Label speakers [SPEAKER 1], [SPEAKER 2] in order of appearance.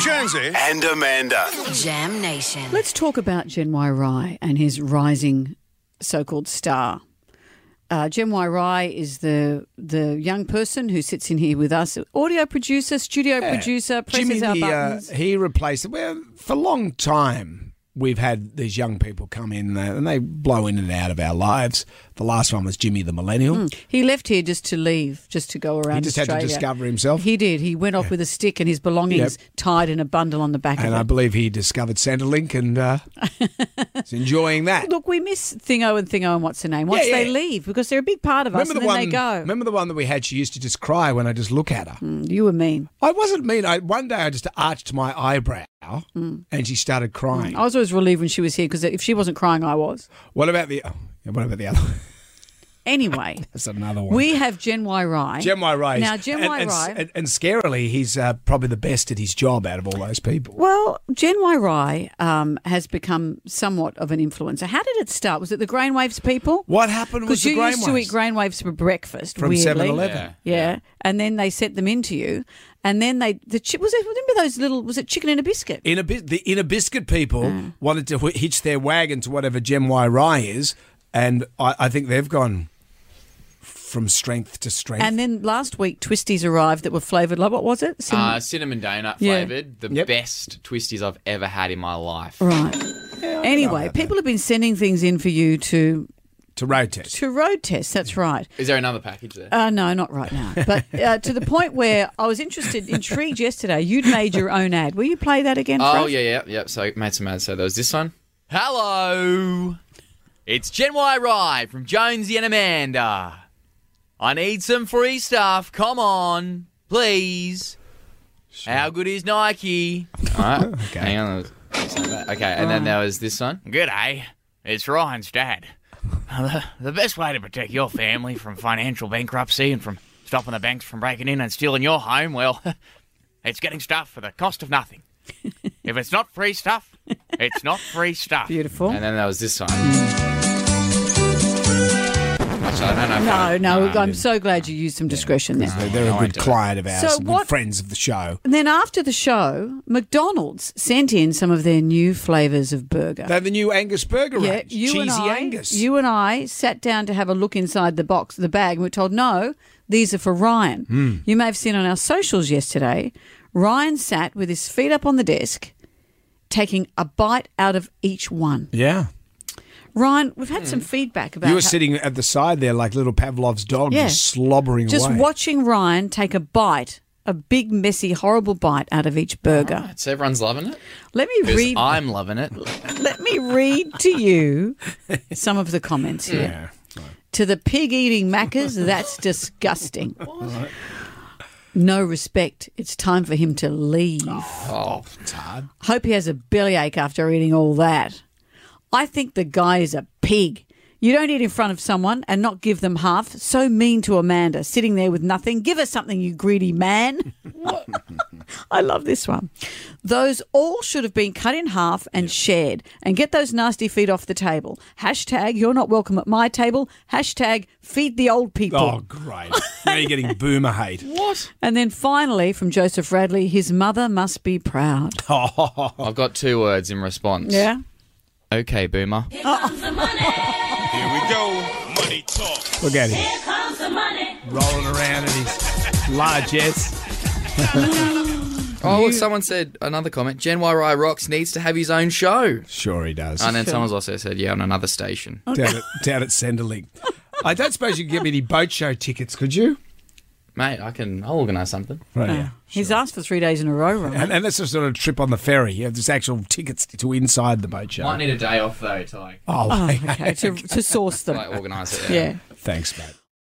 [SPEAKER 1] Jonesy and Amanda.
[SPEAKER 2] Jam Nation.
[SPEAKER 3] Let's talk about Genwai Rai and his rising so-called star. Uh, Genwai Rai is the the young person who sits in here with us, audio producer, studio producer, presses
[SPEAKER 4] Jimmy,
[SPEAKER 3] our
[SPEAKER 4] the, uh,
[SPEAKER 3] buttons.
[SPEAKER 4] he replaced. Well, for a long time, we've had these young people come in uh, and they blow in and out of our lives. The last one was Jimmy the Millennial.
[SPEAKER 3] He left here just to leave, just to go Hmm, around.
[SPEAKER 4] He just had to
[SPEAKER 3] Australia.
[SPEAKER 4] discover himself.
[SPEAKER 3] He did. He went off with a stick and his belongings tied in a bundle on the back
[SPEAKER 4] And
[SPEAKER 3] of
[SPEAKER 4] I
[SPEAKER 3] it.
[SPEAKER 4] believe he discovered Centrelink and uh, is enjoying that.
[SPEAKER 3] Look, we miss Thingo and Thingo and what's her name once
[SPEAKER 4] Yeah,
[SPEAKER 3] they
[SPEAKER 4] yeah.
[SPEAKER 3] leave because they're a big part of us.
[SPEAKER 4] Remember
[SPEAKER 3] And
[SPEAKER 4] the
[SPEAKER 3] then
[SPEAKER 4] one?
[SPEAKER 3] they go. Hmm. Mm,
[SPEAKER 4] Remember the one that we had? She used to just cry when I just look at her.
[SPEAKER 3] you were mean.
[SPEAKER 4] I wasn't mean. I one day I just arched my eyebrow
[SPEAKER 3] Hmm.
[SPEAKER 4] and she started crying.
[SPEAKER 3] I was always relieved when she was here because if she wasn't crying, I was.
[SPEAKER 4] What about the? oh, yeah, What about the other?
[SPEAKER 3] Anyway,
[SPEAKER 4] That's another one.
[SPEAKER 3] we have Gen Y Rai.
[SPEAKER 4] Jemai Rai.
[SPEAKER 3] Now, Gen
[SPEAKER 4] and,
[SPEAKER 3] Y
[SPEAKER 4] and,
[SPEAKER 3] Rai.
[SPEAKER 4] And, and scarily, he's uh, probably the best at his job out of all those people.
[SPEAKER 3] Well, Gen Y Rai um, has become somewhat of an influencer. How did it start? Was it the Grainwaves people?
[SPEAKER 4] What happened was
[SPEAKER 3] Because
[SPEAKER 4] the
[SPEAKER 3] you
[SPEAKER 4] grain
[SPEAKER 3] used to eat Grainwaves for breakfast
[SPEAKER 4] from
[SPEAKER 3] weirdly.
[SPEAKER 4] 7-Eleven.
[SPEAKER 3] Yeah. and then they sent them into you, and then they the chi- was it remember those little was it chicken and a biscuit?
[SPEAKER 4] Inner bis- the inner biscuit people
[SPEAKER 3] Mm.
[SPEAKER 4] wanted to wh- hitch their wagon to whatever Jemai Rai is, and I, I think they've gone from strength to strength.
[SPEAKER 3] And then last week twisties arrived that were flavored like what was it? Cin-
[SPEAKER 5] Uh, cinnamon donut
[SPEAKER 3] Mm. Yeah.
[SPEAKER 5] flavored, the
[SPEAKER 4] Yep.
[SPEAKER 5] best twisties I've ever had in my life.
[SPEAKER 3] right. Anyway, people have been sending things in for you to
[SPEAKER 4] to rotate.
[SPEAKER 3] to road test. That's right.
[SPEAKER 5] Is there another package there?
[SPEAKER 3] Uh, no, not right now. But uh, to the point where I was interested, intrigued yesterday. You'd made your own ad. Will you play that again? for
[SPEAKER 5] oh
[SPEAKER 3] us?
[SPEAKER 5] yeah, yeah, yeah. So made some ads. So there was this one. Hello, it's Gen Y Rye from Jonesy and Amanda. I need some free stuff. Come on, please. How good is Nike? All right, hang on. Let's- Okay, and then there was this one.
[SPEAKER 6] G'day, it's Ryan's dad. The, the best way to protect your family from financial bankruptcy and from stopping the banks from breaking in and stealing your home, well, it's getting stuff for the cost of nothing. if it's not free stuff, it's not free stuff.
[SPEAKER 3] Beautiful.
[SPEAKER 5] And then there was this one.
[SPEAKER 3] Mm.
[SPEAKER 5] Actually, I don't know if I-
[SPEAKER 3] No, no, I'm so glad you used some discretion there.
[SPEAKER 4] They're a good client of
[SPEAKER 3] So
[SPEAKER 4] ours, and
[SPEAKER 3] what-
[SPEAKER 4] good friends of the show.
[SPEAKER 3] And then after the show, McDonald's sent in some of their new flavours of burger.
[SPEAKER 4] They're the new Angus Burger
[SPEAKER 3] yeah,
[SPEAKER 4] range,
[SPEAKER 3] you
[SPEAKER 4] cheesy
[SPEAKER 3] and I,
[SPEAKER 4] Angus.
[SPEAKER 3] you and I sat down to have a look inside the box, the bag, and we are told, no, these are for Ryan. You may have seen on our socials yesterday, Ryan sat with his feet up on the desk, taking a bite out of each one.
[SPEAKER 4] yeah.
[SPEAKER 3] Ryan, we've had some feedback about
[SPEAKER 4] Hmm. You were
[SPEAKER 3] how-
[SPEAKER 4] sitting at the side there like little Pavlov's dog,
[SPEAKER 3] Yeah.
[SPEAKER 4] just slobbering
[SPEAKER 3] just
[SPEAKER 4] away.
[SPEAKER 3] watching Ryan take a bite, a big, messy, horrible bite out of each burger.
[SPEAKER 5] So everyone's loving it.
[SPEAKER 3] Let me
[SPEAKER 5] 'Cause
[SPEAKER 3] read.
[SPEAKER 5] I'm loving it.
[SPEAKER 3] Let me read to you some of the comments here. To the pig eating maccas, that's disgusting. No respect. It's time for him to leave.
[SPEAKER 5] Oh,
[SPEAKER 3] Hope he has a bellyache after eating all that. I think the guy is a pig. You don't eat in front of someone and not give them half. So mean to Amanda, sitting there with nothing. Give her something, you greedy man. I love this one. Those all should have been cut in half and shared and get those nasty feet off the table. Hashtag you're not welcome at my table. Hashtag feed the old people.
[SPEAKER 4] Oh, great. now you're getting boomer hate.
[SPEAKER 5] what?
[SPEAKER 3] And then finally from Joseph Radley, his mother must be proud.
[SPEAKER 5] I've got two words in response.
[SPEAKER 3] Yeah.
[SPEAKER 5] Okay, boomer.
[SPEAKER 1] Here we go. Money talk.
[SPEAKER 4] Look at him. Rolling around in his largesse.
[SPEAKER 5] Oh, look, someone said another comment. Gen Y Rye Rocks needs to have his own show.
[SPEAKER 4] Sure, he does.
[SPEAKER 5] And then someone's also said, yeah, on another station.
[SPEAKER 4] down, at, down at Centrelink. I don't suppose you could get me any boat show tickets, could you?
[SPEAKER 5] Mate, I can. I'll organise something.
[SPEAKER 4] Right, yeah.
[SPEAKER 3] Oh. He's asked for three days in a row, right?
[SPEAKER 4] And, and that's just not a trip on the ferry. You have this actual tickets to inside the boat show.
[SPEAKER 5] Might need a day off though to like,
[SPEAKER 4] oh,
[SPEAKER 3] Okay, to, to source them.
[SPEAKER 5] like organise it.
[SPEAKER 3] Yeah.
[SPEAKER 4] thanks, mate.